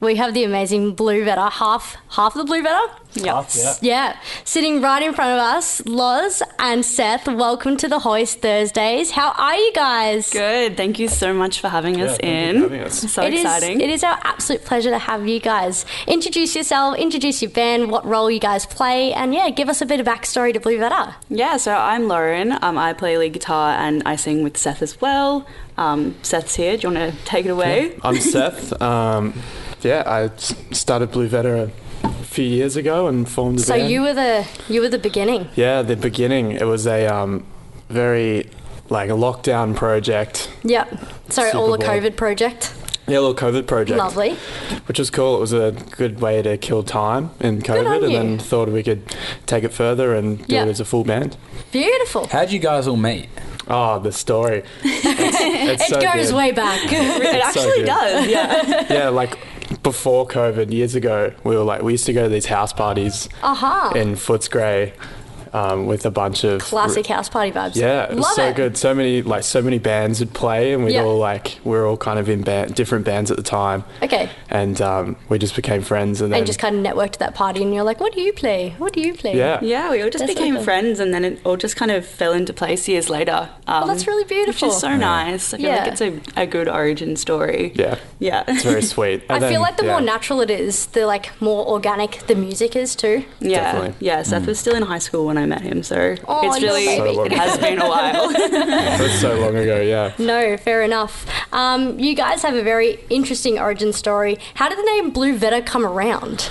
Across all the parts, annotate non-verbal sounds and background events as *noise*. we have the amazing blue vetter, half half the blue vetter. Half, yeah. Yeah, sitting right in front of us, Loz and Seth. Welcome to the Hoist Thursdays. How are you guys? Good. Thank you so much for having us thank in. you for having us. So It is- exciting. it is our absolute pleasure to have you guys. Introduce yourself, introduce your band, what role you guys play, and yeah, give us a bit of backstory to Blue Vetter. Yeah, so I'm Lauren. Um, I play lead guitar and I sing with Seth as well. Um, Seth's here. Do you want to take it away? I'm Seth. Um, yeah, I s- started Blue Vetter a few years ago and formed the So band. you were the you were the beginning. yeah, the beginning. It was a um, very like a lockdown project. Yep. So Super all the Bowl. COVID project. Yeah, a little COVID project. Lovely. Which was cool. It was a good way to kill time in on COVID, and you. then thought we could take it further and do Yeah. it as a full band. Beautiful. How'd you guys all meet? Oh, *laughs* the story. It's, it's It so goes good. way back. *laughs* it so actually good. does. Yeah. *laughs* Yeah, like before COVID, years ago, we were like we used to go to these house parties Aha. in Footscray um, with a bunch of Classic house party vibes. Yeah, it was Love so it. good. So many like so many bands would play, and we'd Yeah. all like we were all kind of in band, different bands at the time. Okay. and um, we just became friends, and then And just kind of networked at that party, and you're like, "What do you play? What do you play?" yeah, yeah, we all just That's so became good. friends and then it all just kind of fell into place years later. Um, Oh, that's really beautiful. Which is so nice. I feel Yeah. like it's a, a good origin story. yeah, Yeah. It's very sweet. I And then- feel like the yeah. more natural it is, the like more organic the music is too. *laughs* Yeah, Definitely. Mm. yeah. Seth was still in high school when I met him, so Oh, it's you're really So baby. it has been a *laughs* while. It was so long ago. Yeah, No, fair enough. Um, you guys have a very interesting origin story. How did the name Blue Vetta come around?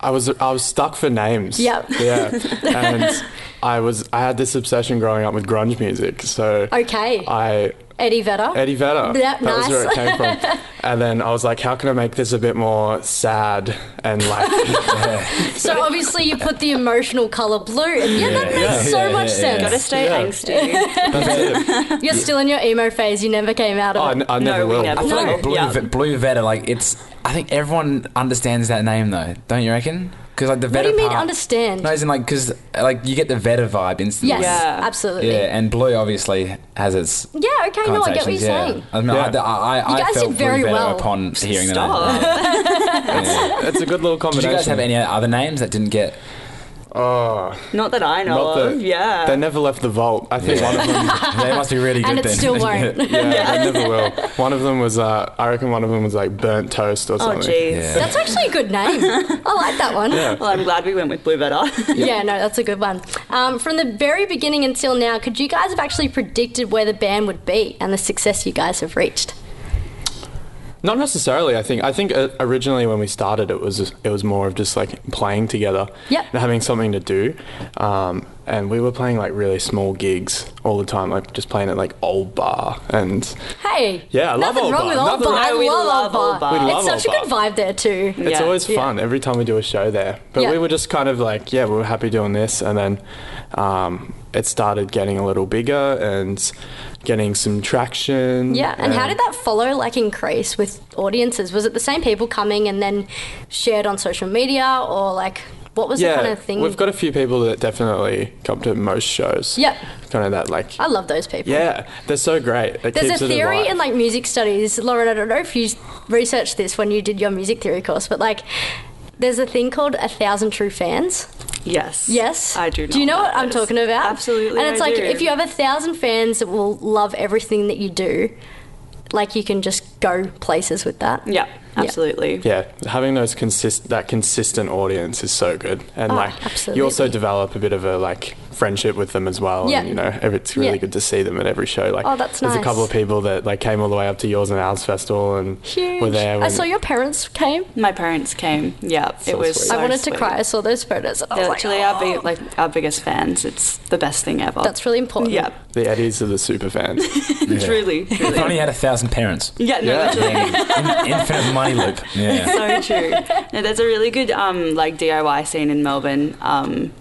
I was I was stuck for names. Yep. Yeah, and I was I had this obsession growing up with grunge music, so *laughs* Okay, I Eddie Vetta. Eddie Vedder. Yep, that was where it nice. came *laughs* from. and then I was like, how can I make this a bit more sad and *laughs* like *laughs* So obviously you put the emotional color blue, and yeah, that makes Yeah. Yeah, so yeah, much yeah, yeah. Gotta sense. stay Yeah. angsty. that's it. You're still in your emo phase. You never came out Oh, I, of n- it. I never No, we will. never I feel No, like Blue, yeah. Ve- Blue Vetter, like it's. I think everyone understands that name though, don't you reckon? Because like the What Vetter do you mean part- understand? No, as in like because like you get the Vetter vibe instantly. Yes, Yeah. absolutely. Yeah, Yeah, and Blue obviously has its. okay, no, I get what you're connotations, yeah. saying. I, mean, I- Yeah. I, I, You guys I did felt very Blue Vetter well. upon hearing Stop. the *laughs* name. Yeah. It's a good little Did combination. you guys have any other names that didn't get? Oh, Not that I know not of. the. Oh, yeah. They never left the vault. I think one of them. They must be really *laughs* good And it then. *laughs* still won't. Yeah, *laughs* they never will. One of them was. Uh, I reckon one of them was like burnt toast or oh something. jeez. Yeah. That's actually a good name. I like that one. Yeah. Well, I'm glad we went with Blue *laughs* Vetter. no, that's a good one. Um, from the very beginning until now, could you guys have actually predicted where the band would be and the success you guys have reached? Not necessarily. I think. I think uh, originally when we started, it was it was more of just like playing together. Yep. And having something to do, um, and we were playing like really small gigs all the time, like just playing at like old bar and Hey, Yeah, I love nothing Old wrong Bar. with old Nothing- bar. I No, we love love old Old bar. Bar. We love It's such a Old good vibe there too. It's Yeah. always Yeah. fun every time we do a show there. But Yeah. we were just kind of like, yeah, we were happy doing this. And then um, it started getting a little bigger and getting some traction. Yeah, and how did that follow, like, increase with audiences? Was it the same people coming and then shared on social media, or like, what was the Yeah, kind of thing? we've got a few people that definitely come to most shows. Yep. Kind of that, like, I love those people. yeah, they're so great. It There's keeps a it theory alive. in like music studies, Lauren. I don't know if you researched this when you did your music theory course, but like, there's a thing called a thousand true fans. yes. Yes, I do. Do you know what that I'm is. talking about? Absolutely. And it's I like do. if you have a thousand fans that will love everything that you do, like you can just go places with that. Yeah. Absolutely. yeah, having those consist that consistent audience is so good, and Oh, like absolutely. you also develop a bit of a like friendship with them as well. Yeah. and, you know, ev- it's really Yeah. good to see them at every show. Like, Oh, that's there's nice. a couple of people that like came all the way up to yours and ours festival and Huge. were there. I when- saw your parents came. My parents came. Yeah. it was. sweet. so I wanted sweet. to cry. I saw those photos. And I was They're like, actually "Oh." our big, like our biggest fans. It's the best thing ever. That's really important. *laughs* yeah. the Eddies are the super fans. Truly. If Truly. only you had a *laughs* thousand parents. Yeah. No. Yeah. Literally. In- infinite money loop. *laughs* Yeah. so true. No, there's a really good um, like DIY scene in Melbourne. Um,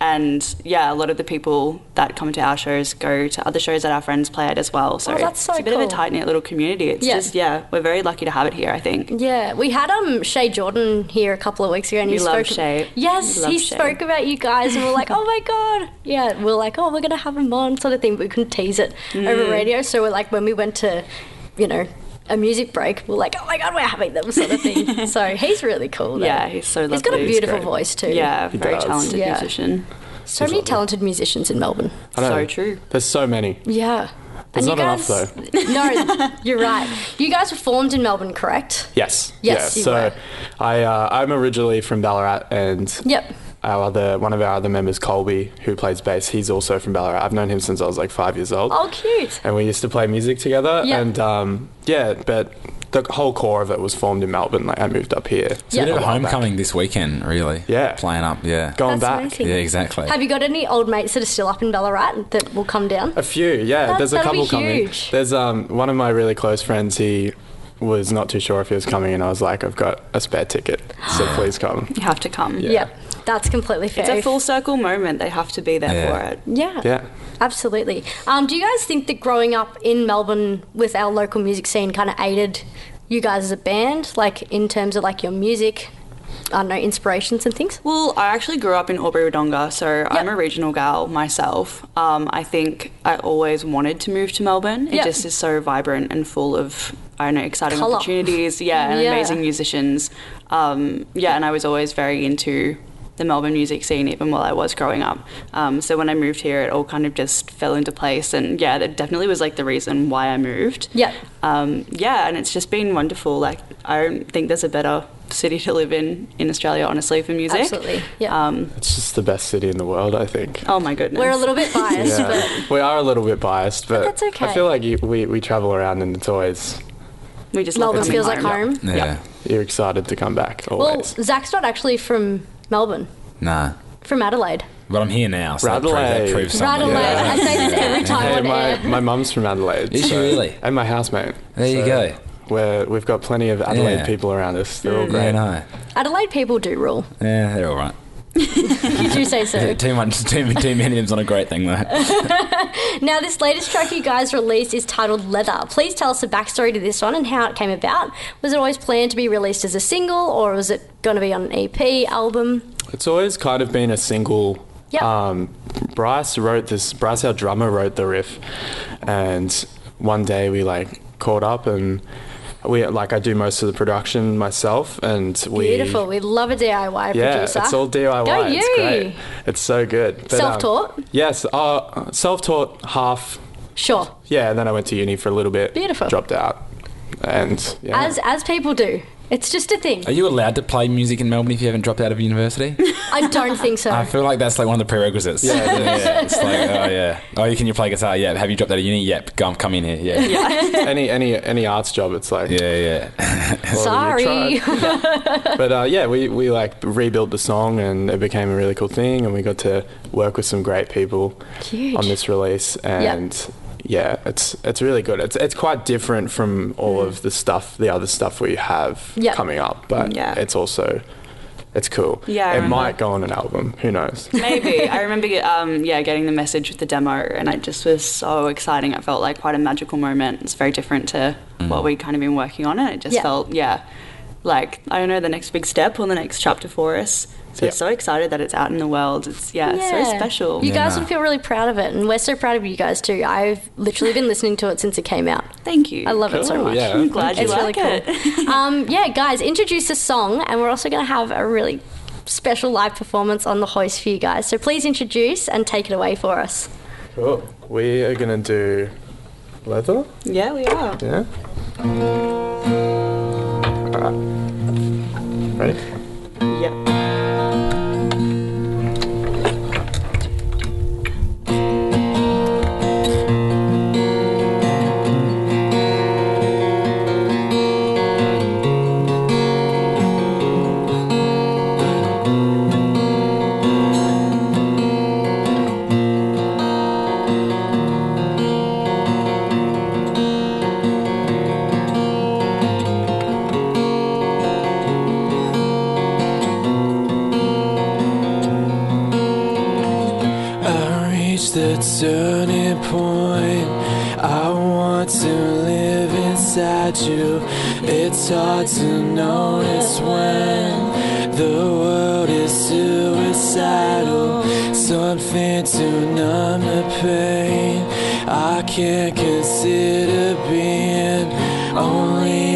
and yeah, a lot of the people that come to our shows go to other shows that our friends play at as well. So, Oh, that's so it's a bit of cool. a tight knit little community. It's Yeah. just yeah, we're very lucky to have it here. I think. Yeah, we had um Shay Jordan here a couple of weeks ago, and he We spoke. love Shay. Yes, We love he Shay. spoke about you guys, and we are like, oh my god. Yeah, we are like, oh, we're gonna Mm. have him on, sort of thing. But we couldn't tease it over radio, so we're like, when we went to, you know. a music break, we're like, oh my god, we're having them sort of *laughs* thing. so he's really cool. though. Yeah, he's so lovely. he's got a beautiful great. voice too. Yeah, He very does. talented Yeah. musician. so many talented musicians in Melbourne. I know. So true. There's so many. Yeah. There's you not enough, guys, *laughs* *laughs* no, you're right. You guys were formed in Melbourne, correct? Yes. Yes, yeah. you so were. I uh, I'm originally from Ballarat and Yep. our other one of our other members, Colby, who plays bass, he's also from Ballarat. I've known him since I was like five years old. Oh, cute. And we used to play music together. Yeah. And um, yeah, but the whole core of it was formed in Melbourne. Like I moved up here. It's a Yeah. bit of a A while back. homecoming this weekend, really. Yeah. Playing up, yeah. Going That's back. amazing. Yeah, exactly. Have you got any old mates that are still up in Ballarat that will come down? A few, yeah. That- There's a that'll be couple coming. huge. There's um one of my really close friends. He was not too sure if he was coming, and I was like, I've got a spare ticket, *gasps* so please come. You have to come. Yeah. Yep. That's completely fair. It's a full circle moment. They have to be there Yeah. for it. yeah. Yeah. Absolutely. Um, do you guys think that growing up in Melbourne with our local music scene kind of aided you guys as a band, like in terms of like your music, I don't know, inspirations and things? Well, I actually grew up in Albury Wodonga, so I'm Yep. a regional gal myself. Um, I think I always wanted to move to Melbourne. It Yep. just is so vibrant and full of, I don't know, exciting Colour. opportunities. Yeah, and Yeah. amazing musicians. Um, yeah, and I was always very into the Melbourne music scene even while I was growing up. Um, so when I moved here, it all kind of just fell into place. And yeah, that definitely was like the reason why I moved Yep. um, yeah, and it's just been wonderful. Like I don't think there's a better city to live in in Australia, honestly, for music. Absolutely. Yeah. Um, It's just the best city in the world, I think. oh my goodness. We're a little bit biased, but Yeah. we are a little bit biased, but, that's okay. I feel like you, we, we travel around in the toys. we just love Melbourne coming feels like home. yeah. You're excited to come back Well, always. Zach's not actually from Melbourne, Nah. from Adelaide. But I'm here now, so that, proves, that Radelaide. proves something. Adelaide. I say this every time *laughs* hey, on my, air. my mum's from Adelaide. Is she really? And my housemate. There you go. We're, we've got plenty of Adelaide Yeah. people around us. They're Mm. all Yeah, great. no. Adelaide people do rule. Yeah, they're all right. You do say *laughs* so. Too much, *laughs* too, too many of them's not a great thing *laughs* though. Now, this latest track you guys released is titled Leather. Please tell us the backstory to this one and how it came about. Was it always planned to be released as a single, or was it going to be on an EP album? It's always kind of been a single. Yep. Um, Bryce wrote this. Bryce, our drummer, wrote the riff, and one day we like caught up and we like I do most of the production myself, and we Beautiful. We love a DIY yeah, producer. it's all DIY. Go It's you. great. It's so good. But, um, Self-taught? yes, uh, self-taught half. Sure. Yeah, and then I went to uni for a little bit. Beautiful. Dropped out, and yeah. As as people do. It's just a thing. Are you allowed to play music in Melbourne if you haven't dropped out of *laughs* university? I don't think *laughs* so. I feel like that's like one of the prerequisites. Yeah, It's like, oh yeah. Oh, you can you play guitar? Yeah. Have you dropped out of uni? Yep. Come, come in here. Yeah. Yeah, any any any arts job, it's like yeah. well, you tried. Sorry. but uh, yeah, we, we like rebuilt the song and it became a really cool thing, and we got to work with some great people Huge. on this release, and yeah, it's it's really good. It's it's quite different from all of the stuff, the other stuff we have Mm. Yep. coming up, but Yeah. it's also it's cool. Yeah, I it remember. might go on an album. Who knows? *laughs* Maybe I remember, get- um, yeah, getting the message with the demo, and it just was so exciting. It felt like quite a magical moment. It's very different to Mm. what we kind of been working on, and it just Yeah. felt, yeah, like I don't know, the next big step or the next chapter for us. So Yeah. so excited that it's out in the world. It's yeah, Yeah. so special. You guys nah. would feel really proud of it, and we're so proud of you guys too. I've literally been listening to it since it came out. Thank you. I love it so Cool, much. yeah. I'm glad you It's really like it. *laughs* cool. um, yeah, guys, introduce the song, and we're also going to have a really special live performance on the hoist for you guys. So please introduce and take it away for us. cool. We are gonna do leather. Yeah, we are. Yeah. All right. Ready? Yep. I reach the turning point. I want to live inside you. It's hard to notice when the world is suicidal. Something to numb the pain. I can't consider being only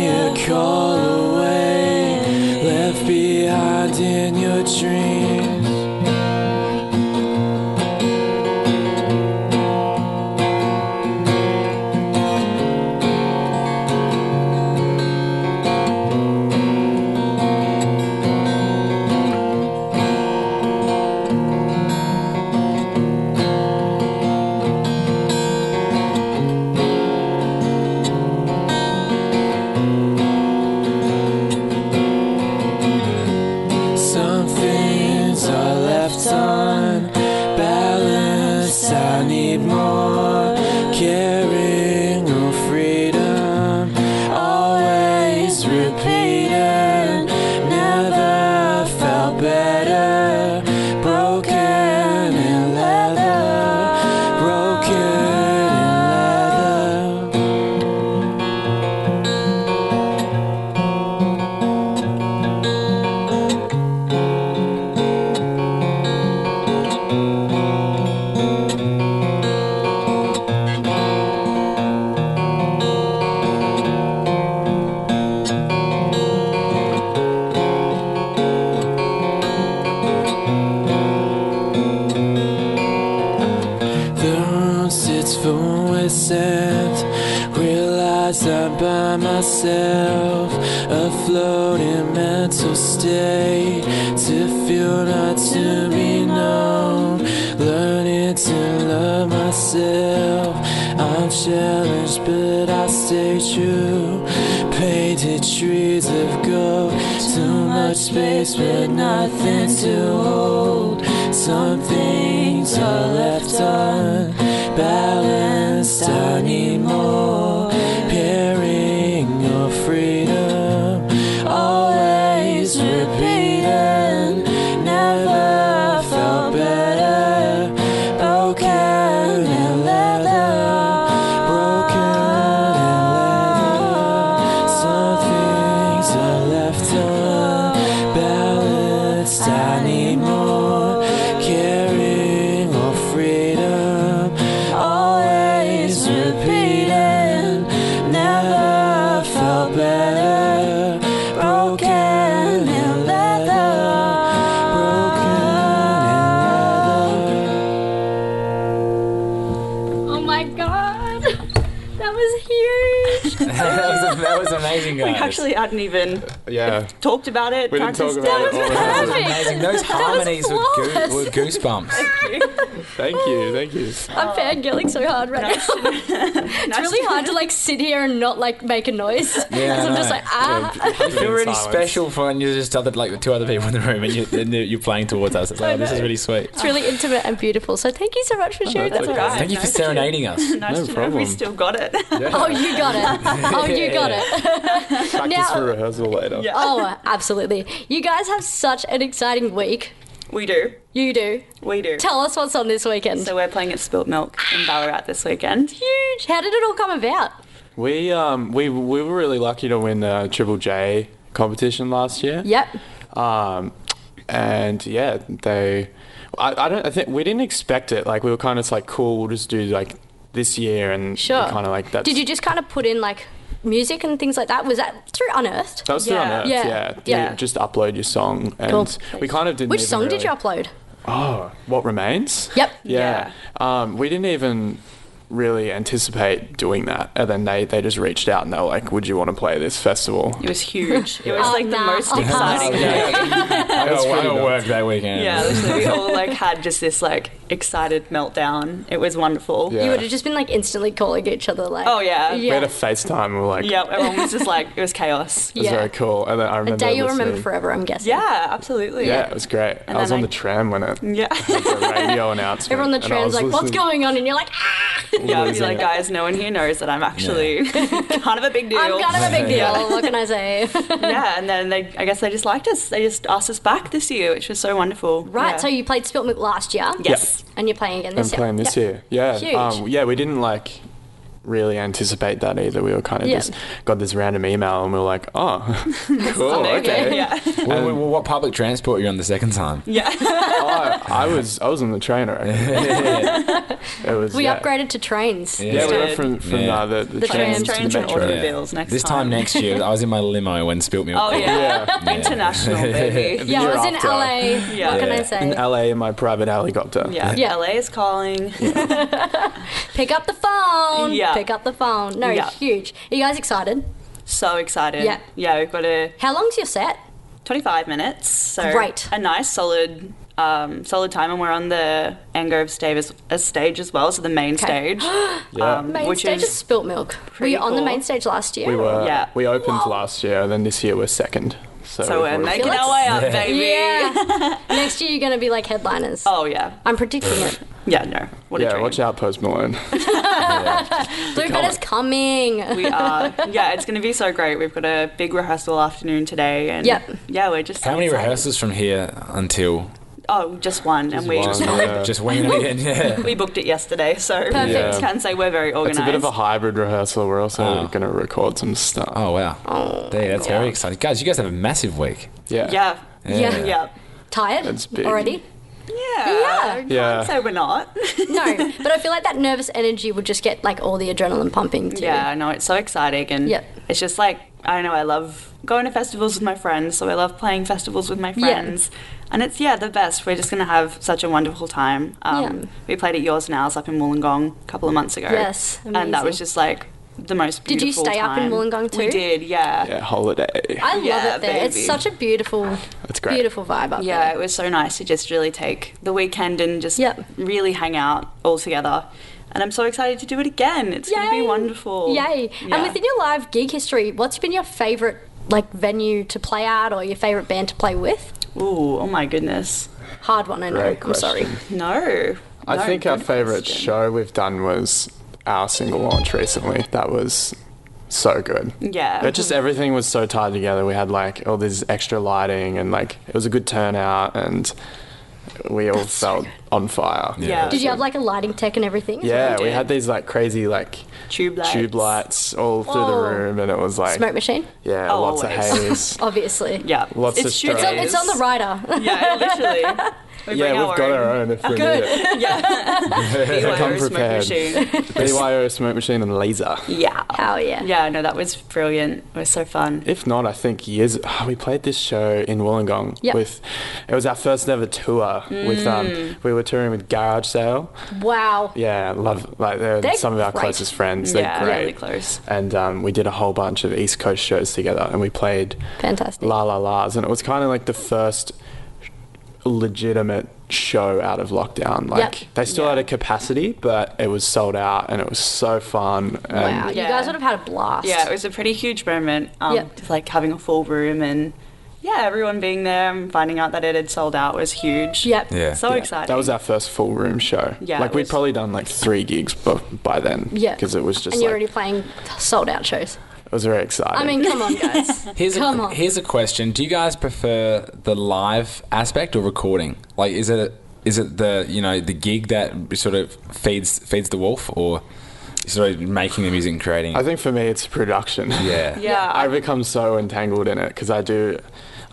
left behind in your dreams. Some things are left unbalanced. I need more caring or freedom. Always repeating, never felt better. Broken in leather, broken in leather. The room sits full with sand. Realize I'm by myself, afloat in mental state. To feel not to be known, learning to love myself. I'm challenged, but I stay true. Painted trees of gold, too much space, but nothing to hold. Some things are left unbalanced. I need more caring or freedom. Always repeating, never felt better. Broken in leather, broken in leather. Some things are left unbalanced. I need more caring or freedom. Always repeating, never felt better. Broken in leather, broken in leather. Oh my god, that was huge. that, was, that was amazing, guys. We actually hadn't even Yeah. talked about it. We didn't talk practiced about it. it. all *laughs* right. amazing. Those harmonies were, flawless. goo- were goosebumps. Thank you. Thank you. I'm fangirling so hard right now. Oh. *laughs* It's Nice really to- hard to like sit here and not like make a noise. *laughs* Yeah, I 'Cause I'm just know. like ah. I feel really special for when you're just other like the two other people in the room and you and you're playing towards us. It's like, oh, this is really sweet. It's really intimate and beautiful. So thank you so much for sharing that. Oh, That's all with us. right. Thank you for Nice to- serenading us. Nice No to know we problem. still got *laughs* it. Oh, you got *laughs* it. Oh, you got it. Practice Now- for rehearsal later. Yeah. Oh, absolutely. You guys have such an exciting week. We do. You do. We do. Tell us what's on this weekend. So we're playing at Spilt Milk in Ballarat this weekend. huge. How did it all come about? We um we we were really lucky to win the Triple J competition last year. Yep. Um, and yeah, they. I, I don't. I think we didn't expect it. Like we were kind of like, cool. We'll just do like this year and Sure. kind of like that. Did you just kind of put in like music and things like that? Was that through Unearthed? That was through Yeah. on Earth. Yeah. Yeah. Yeah. You Just upload your song, and Cool. we kind of didn't. Which even song did really- you upload? Oh, what remains? Yep. Yeah. Um, we didn't even really anticipate doing that, and then they they just reached out and they were like, "Would you want to play this festival?" It was huge. It was Oh, like the nah. most Oh, exciting nah. thing. I That's got I pretty got nice. Oh, work that weekend. Yeah, literally, we all like had just this like excited meltdown. It was wonderful. Yeah. You would have just been like instantly calling each other like. Oh Yeah. yeah. We had a FaceTime. And we were like, Yep, everyone was just like, it was chaos. It was Yeah. very cool. And then I remember A day you'll remember listening- forever, I'm guessing. Yeah, absolutely. Yeah, it was great. And I was then on I- the tram when it Yeah. *laughs* the radio announcement. Everyone on the and I tram's was like, what's listening- going on? And you're like, ah, Yeah, I'd be Losing like, it. guys, no one here knows that I'm actually *laughs* kind of a big deal. I'm kind of a big deal. Yeah. What can I say? *laughs* *laughs* yeah, and then they, I guess they just liked us. They just asked us back this year, which was so wonderful. right, Yeah. so you played Spilt Milk last year. yes, And you're playing again I'm this year. playing this year. Yeah. Huge. Um, yeah, we didn't like really anticipate that either. We were kind of Yeah. just got this random email and we were like, oh, *laughs* cool, *laughs* okay. Yeah. Well, well, well, what public transport are you on the second time? Yeah. Oh, I was I was on the train. I reckon. it was. We yeah. upgraded to trains. Yeah. Yeah, we Did. went from from Yeah. uh, the, the, The trains, trains, to trains the and metro. automobiles next this time. time. next year, I was in my limo when spilt milk. Oh yeah. *laughs* Yeah. *laughs* International baby. Yeah, I year was in after. LA. Yeah. What can I Yeah. say? in LA in my private helicopter. Yeah. Yeah. LA is calling. Pick up the phone. Yeah. Pick up the phone. No, Yeah. huge. Are you guys excited? So excited. Yeah. Yeah, we've got a How long's your set? 25 minutes. So Great. a nice solid um, solid time and we're on the Angrove stage as, a stage as well, so the main Okay. stage. Yeah. um, *gasps* Main which stage is, is spilt milk. Were pretty you on the cool. main stage last year? We were. Yeah. We opened last year, and then this year we're second. so So, we're we've already- making our way up, baby. Yeah. *laughs* Next year you're gonna be like headliners. Oh yeah. I'm predicting *laughs* it. Yeah, no. What a Yeah, dream. watch out, Post Malone. Blue Bed is coming. We are. Yeah, it's going to be so great. We've got a big rehearsal afternoon today, and Yep. yeah, we're just. How many excited. rehearsals from here until Oh, just one, and we one. *laughs* Yeah. just winging it in? Yeah. we booked it yesterday, so Perfect. Yeah. can say we're very It's organised. a bit of a hybrid rehearsal. We're also Oh. going to record some stuff. Oh wow. Oh, that's very exciting, guys. You guys have a massive week. Yeah. yeah. Yeah. Yeah. Yeah. Tired That's big. already? Yeah. Yeah. So we're not. No, but I feel like that nervous energy would just get like all the adrenaline pumping too. yeah, I know. It's so exciting. And Yep. it's just like, I don't know, I love going to festivals with my friends. So I love playing festivals with my friends. And it's, yeah, the best. We're just going to have such a wonderful time. Um, Yeah. We played at yours and ours up in Wollongong a couple of months ago. Yes, And that was amazing. just like the most Did you beautiful stay up in time. Wollongong We too? did, yeah. Yeah, holiday. I love Yeah, it there. It's baby. such a beautiful, It's great. beautiful vibe up Yeah, it there. was so nice to just really take the weekend and just Yep. really hang out all together. And I'm so excited to do it again. It's going to Yay. be wonderful. Yay! Yeah. And within your live gig history, what's been your favorite like venue to play at or your favorite band to play with? Ooh, oh my goodness. Hard one, I know. Great I'm sorry. question. No. I No, think our good favourite question. show we've done was our single launch recently. That was so good. Yeah. But just everything was so tied together. We had like all this extra lighting and like it was a good turnout and we all felt on fire. Yeah. Did you have like a lighting tech and everything? Yeah, We we did. had these like crazy like Tube lights. tube lights all through Whoa. the room and it was like Smoke machine, yeah, Oh, lots always. of haze. obviously. Yeah. Lots it's of shoot It's strobes. on, it's on the rider. *laughs* Yeah, literally. We yeah, *laughs* bring Oh, we've got our own if we *laughs* need it. Yeah. BYO *laughs* Come smoke prepared. machine. BYO smoke machine and laser. Yeah. Hell *laughs* yeah. Yeah, no, that was brilliant. It was so fun. If not, I think years *sighs* we played this show in Wollongong Yep. with it was our first ever tour with um we were touring with Garage Sale. Wow. Yeah, love like they're, They're some of our great. closest friends. Yeah, they're great. really close. And um, we did a whole bunch of East Coast shows together, and we played Fantastic. La La La's, and it was kind of like the first legitimate show out of lockdown. Like they still had a capacity, but it was sold out, and it was so fun. And Wow. You Yeah. guys would have had a blast. Yeah, it was a pretty huge moment. Um, Yep. Just like having a full room and yeah, everyone being there and finding out that it had sold out was huge. Yep. Yeah. So Yeah, exciting. That was our first full room show. Yeah, like it we'd was- probably done like three gigs bu- by then. Yeah. because it was just And you're like, already playing sold out shows. it was very exciting. I mean, come on, *laughs* guys. Here's Come a on. here's a question. Do you guys prefer the live aspect or recording? Like, is it is it the you know the gig that sort of feeds feeds the wolf, or sort of making the music and creating? I think for me it's production. *laughs* yeah. yeah. I become so entangled in it because I do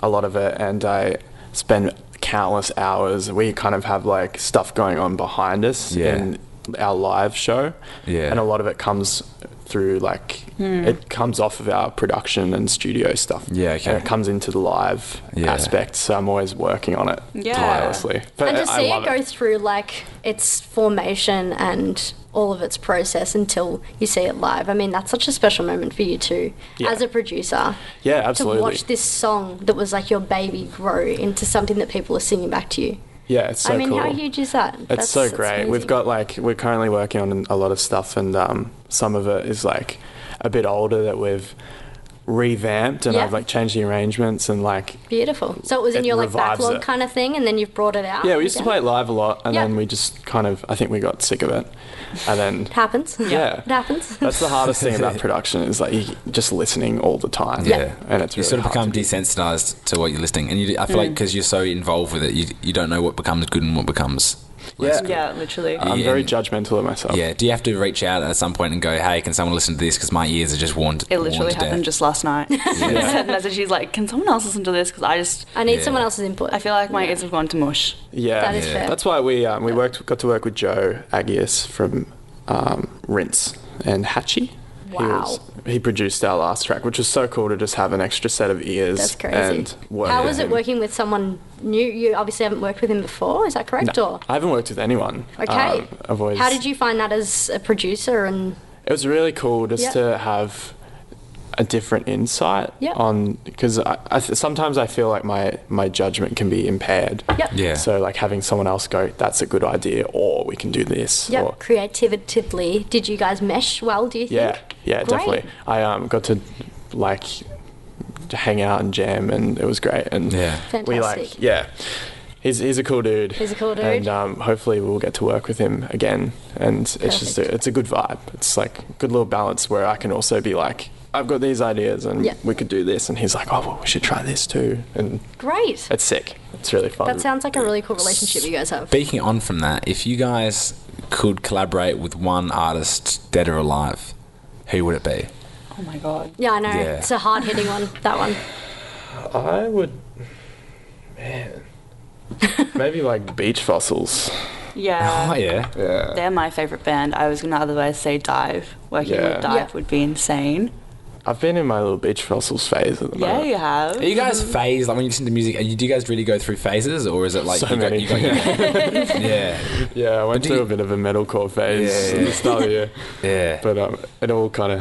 a lot of it and I spend countless hours. We kind of have like stuff going on behind us Yeah. in our live show. Yeah. And a lot of it comes through like Hmm. it comes off of our production and studio stuff. Yeah, okay. And it comes into the live Yeah. aspect. So I'm always working on it Yeah. tirelessly. But and to I see love it go through like its formation and all of its process until you see it live. I mean, that's such a special moment for you too, Yeah. as a producer. Yeah, To absolutely. watch this song that was like your baby grow into something that people are singing back to you. Yeah, it's so I mean, cool. how huge is that? It's so great. We've got like we're currently working on a lot of stuff, and um, some of it is like a bit older that we've revamped, and Yeah. I've like changed the arrangements and like beautiful. So it was in it your like revives backlog it. kind of thing, and then you've brought it out. yeah, we used to play it live a lot, and Oh, Yeah. then we just kind of I think we got sick of it, and then It happens. yeah, *laughs* it happens. That's the hardest thing *laughs* about production is like you just listening all the time. Yeah. Yeah. and it's You really sort of hard become to- Mm. desensitized to what you're listening, and you, I feel like like because you're so involved with it, you, you don't know what becomes good and what becomes Let's go. Yeah, literally. I'm very and- judgmental of myself. Yeah. Do you have to reach out at some point and go, "Hey, can someone listen to this? Because my ears are just worn." It literally worn to happened death. just last *laughs* night. I sent a message. She's like, "Can someone else listen to this?" Because I just, I need Yeah. someone else's input. I feel like my ears have gone to mush. Yeah, That is Yeah. fair. That's why we um, we worked got to work with Joe Agius from um, Rinse and Hatchie. He, was- he produced our last track, which was so cool to just have an extra set of ears. That's crazy. And work How with was it him. working with someone new? You obviously haven't worked with him before, is that correct? No, Or I haven't worked with anyone. okay, Um, I've always, how did you find that as a producer? And It was really cool just Yeah. to have a different insight Yeah. on because I, I th- sometimes I feel like my my judgment can be impaired. yep, Yeah. So like having someone else go, that's a good idea, or we can do this. yep, Or, creatively, did you guys mesh well? Do you think? Yeah, yeah, Great. definitely. I um, got to like hang out and jam, and it was great. And Yeah. we Fantastic. like, yeah, he's he's a cool dude. He's a cool dude. and um, hopefully we'll get to work with him again. And it's just Perfect. a, it's a good vibe. It's like a good little balance where I can also be like. I've got these ideas and Yeah. we could do this. And he's like, oh, well, we should try this too. And Great. it's sick. It's really fun. That sounds like a really cool relationship you guys have. Speaking on from that, if you guys could collaborate with one artist, dead or alive, who would it be? Oh my god. Yeah, I know. Yeah. It's a hard hitting one, that one. I would, *laughs* man, maybe like beach fossils. Uh, Yeah. *laughs* oh yeah. Yeah. They're my favorite band. I was gonna otherwise say Dive. Working Yeah. with Dive Yeah. would be insane. I've been in my little beach fossils phase at the Yeah, moment. you have. Are you guys phased? Like when you listen to music, are you, do you guys really go through phases, or is it like So you many. Got, you *laughs* got, *laughs* yeah, Yeah, I went do through you- a bit of a metalcore phase Yeah, yeah, at yeah. the start of the year, yeah. but um, it all kind of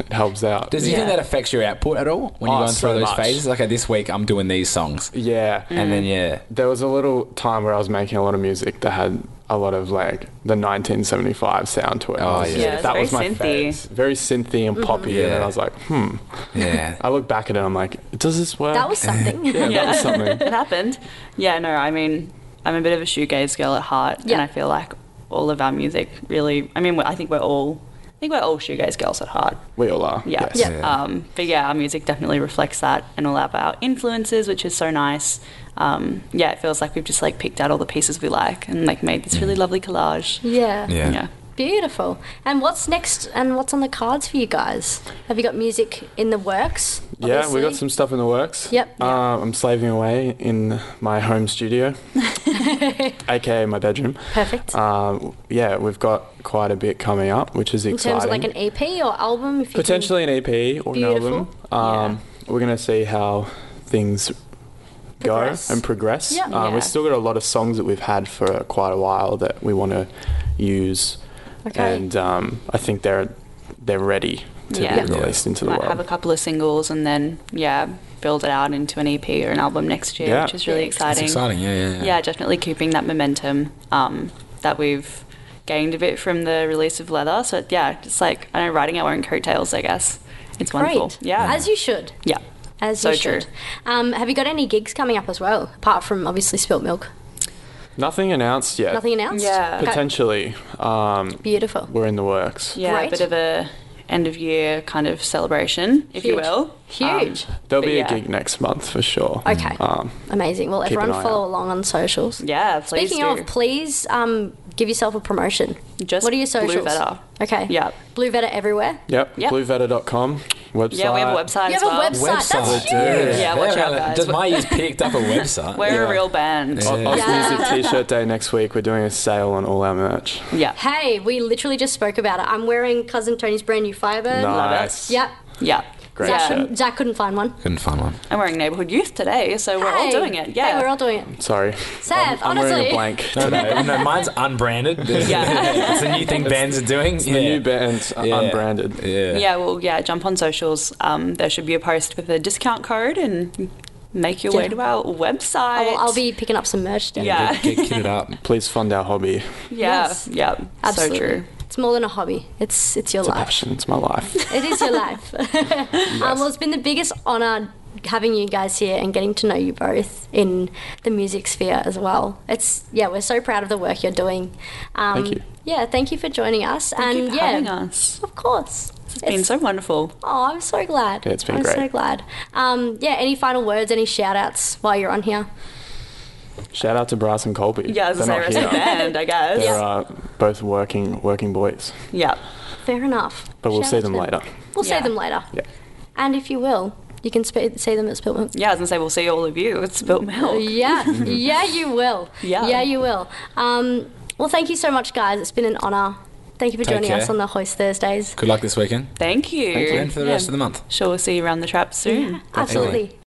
it helps out. Does you think Yeah. that affects your output at all when Oh, you're going so through those much. phases? Okay, this week I'm doing these songs, Mm. yeah, and then yeah, there was a little time where I was making a lot of music that had a lot of like the 1975 sound to it. Oh, I was- yeah. Yeah, it's that very was my synthy. Mm-hmm. phase. Very synthy and poppy, and then Yeah. I was like, hmm. *laughs* yeah. I look back at it, and I'm like, does this work? That was something. *laughs* *laughs* yeah, *laughs* that was something. it happened. Yeah, no, I mean, I'm a bit of a shoegaze girl at heart, Yeah. and I feel like all of our music really. I mean, I think we're all. I think we're all shoegaze girls at heart. We all are. Yeah. Yes. Yeah. Um, but yeah, our music definitely reflects that and all of our influences, which is so nice. Um, yeah, it feels like we've just like picked out all the pieces we like and like made this really lovely collage. Yeah. Yeah. yeah. Beautiful. And what's next and what's on the cards for you guys? Have you got music in the works? Yeah, we got obviously? some stuff in the works. Yep. Uh, I'm slaving away in my home *laughs* studio, aka my bedroom. Perfect. Um, yeah, we've got quite a bit coming up, which is in exciting. terms of like an E EP or album? If you can- Potentially an EP or Beautiful. an album. Um, We're going to see how things Progress. go and progress. Yeah. Um, Yeah. We've still got a lot of songs that we've had for quite a while that we want to use. Okay. And um, I think they're, they're ready to Yeah. be Yeah. released into the Might world. have a couple of singles and then yeah, build it out into an EP or an album next year, Yeah. which is really Yeah, It's exciting. exciting. Yeah, yeah, yeah. Yeah, definitely keeping that momentum um, that we've gained a bit from the release of Leather. So yeah, just like I know riding our own coattails, I guess. It's wonderful. Great. Yeah. As you should. yeah. As So you should. true. Um, have you got any gigs coming up as well, apart from obviously spilt milk? Nothing announced yet. Nothing announced? Yeah. Okay. Potentially. Um, Beautiful. We're in the works. Yeah, Great. a bit of a end of year kind of celebration, if you Huge. will. Huge. Um, There'll but be yeah. a gig next month for sure. Okay. Um, Amazing. Well, keep an everyone eye follow out. along on socials. Yeah, please Speaking do. of, please um, give yourself a promotion. Just what are your Blue socials? Veta. Okay. Yeah. Blue Veta everywhere. yep. Yep. Blueveta.com website. yeah, we have a website You as have a well. website. That's huge. Yeah, watch out, guys. Does *laughs* my ears picked up a website? We're a Yeah. real band. Yeah. Oz Yeah. Music T-shirt day next week. We're doing a sale on all our merch. Yeah. Hey, we literally just spoke about it. I'm wearing Cousin Tony's brand new Firebird. Nice. Yep. Yeah. Great Yeah. shirt. Zach couldn't find one. Couldn't find one. I'm wearing Neighborhood Youth today, so we're all Hey. doing it. Hey, Yeah. we're all doing it. Sorry. Sav, I'm honestly. wearing a *laughs* blank Uh, No, today. no, no, mine's unbranded. *laughs* Yeah. it's a new thing bands are doing. It's The new band, uh, Yeah. unbranded. Yeah. yeah, well, yeah, jump on socials. Um, there should be a post with a discount code and make your way Yeah. to our website. I'll, I'll be picking up some merch today. *laughs* Yeah. Get, get kitted up. Please fund our hobby. Yeah, Yes. yeah, Absolutely. so true. It's more than a hobby. It's it's your It's a life. passion. It's my life. It is your life. *laughs* *laughs* um, well, it's been the biggest honor having you guys here and getting to know you both in the music sphere as well. It's yeah, we're so proud of the work you're doing. Um, Thank you. Yeah, thank you for joining us. Thank and you for yeah, having us. of course. It's been so wonderful. Oh, I'm so glad. Yeah, it's been I'm so great. glad. Um, yeah, any final words, any shout outs while you're on here? Shout out to Brass and Colby. Yeah, as I say, They're rest of the not here. band, I guess. They're uh, both working working boys, yeah. Fair enough. but we'll Shout see out them to later. We'll Yeah. see them later. Yeah. And if you will, you can sp- see them at Spiltman. Yeah, I was gonna say we'll see all of you. It's spilt milk. *laughs* Yeah, yeah, you will. Yeah. yeah, you will. Um, well, thank you so much, guys. It's been an honor. Thank you for Take joining us care. on the Host Thursdays. Good luck this weekend Thank you. and for the Yeah. rest of the month. Sure, we'll see you around the trap soon. Absolutely.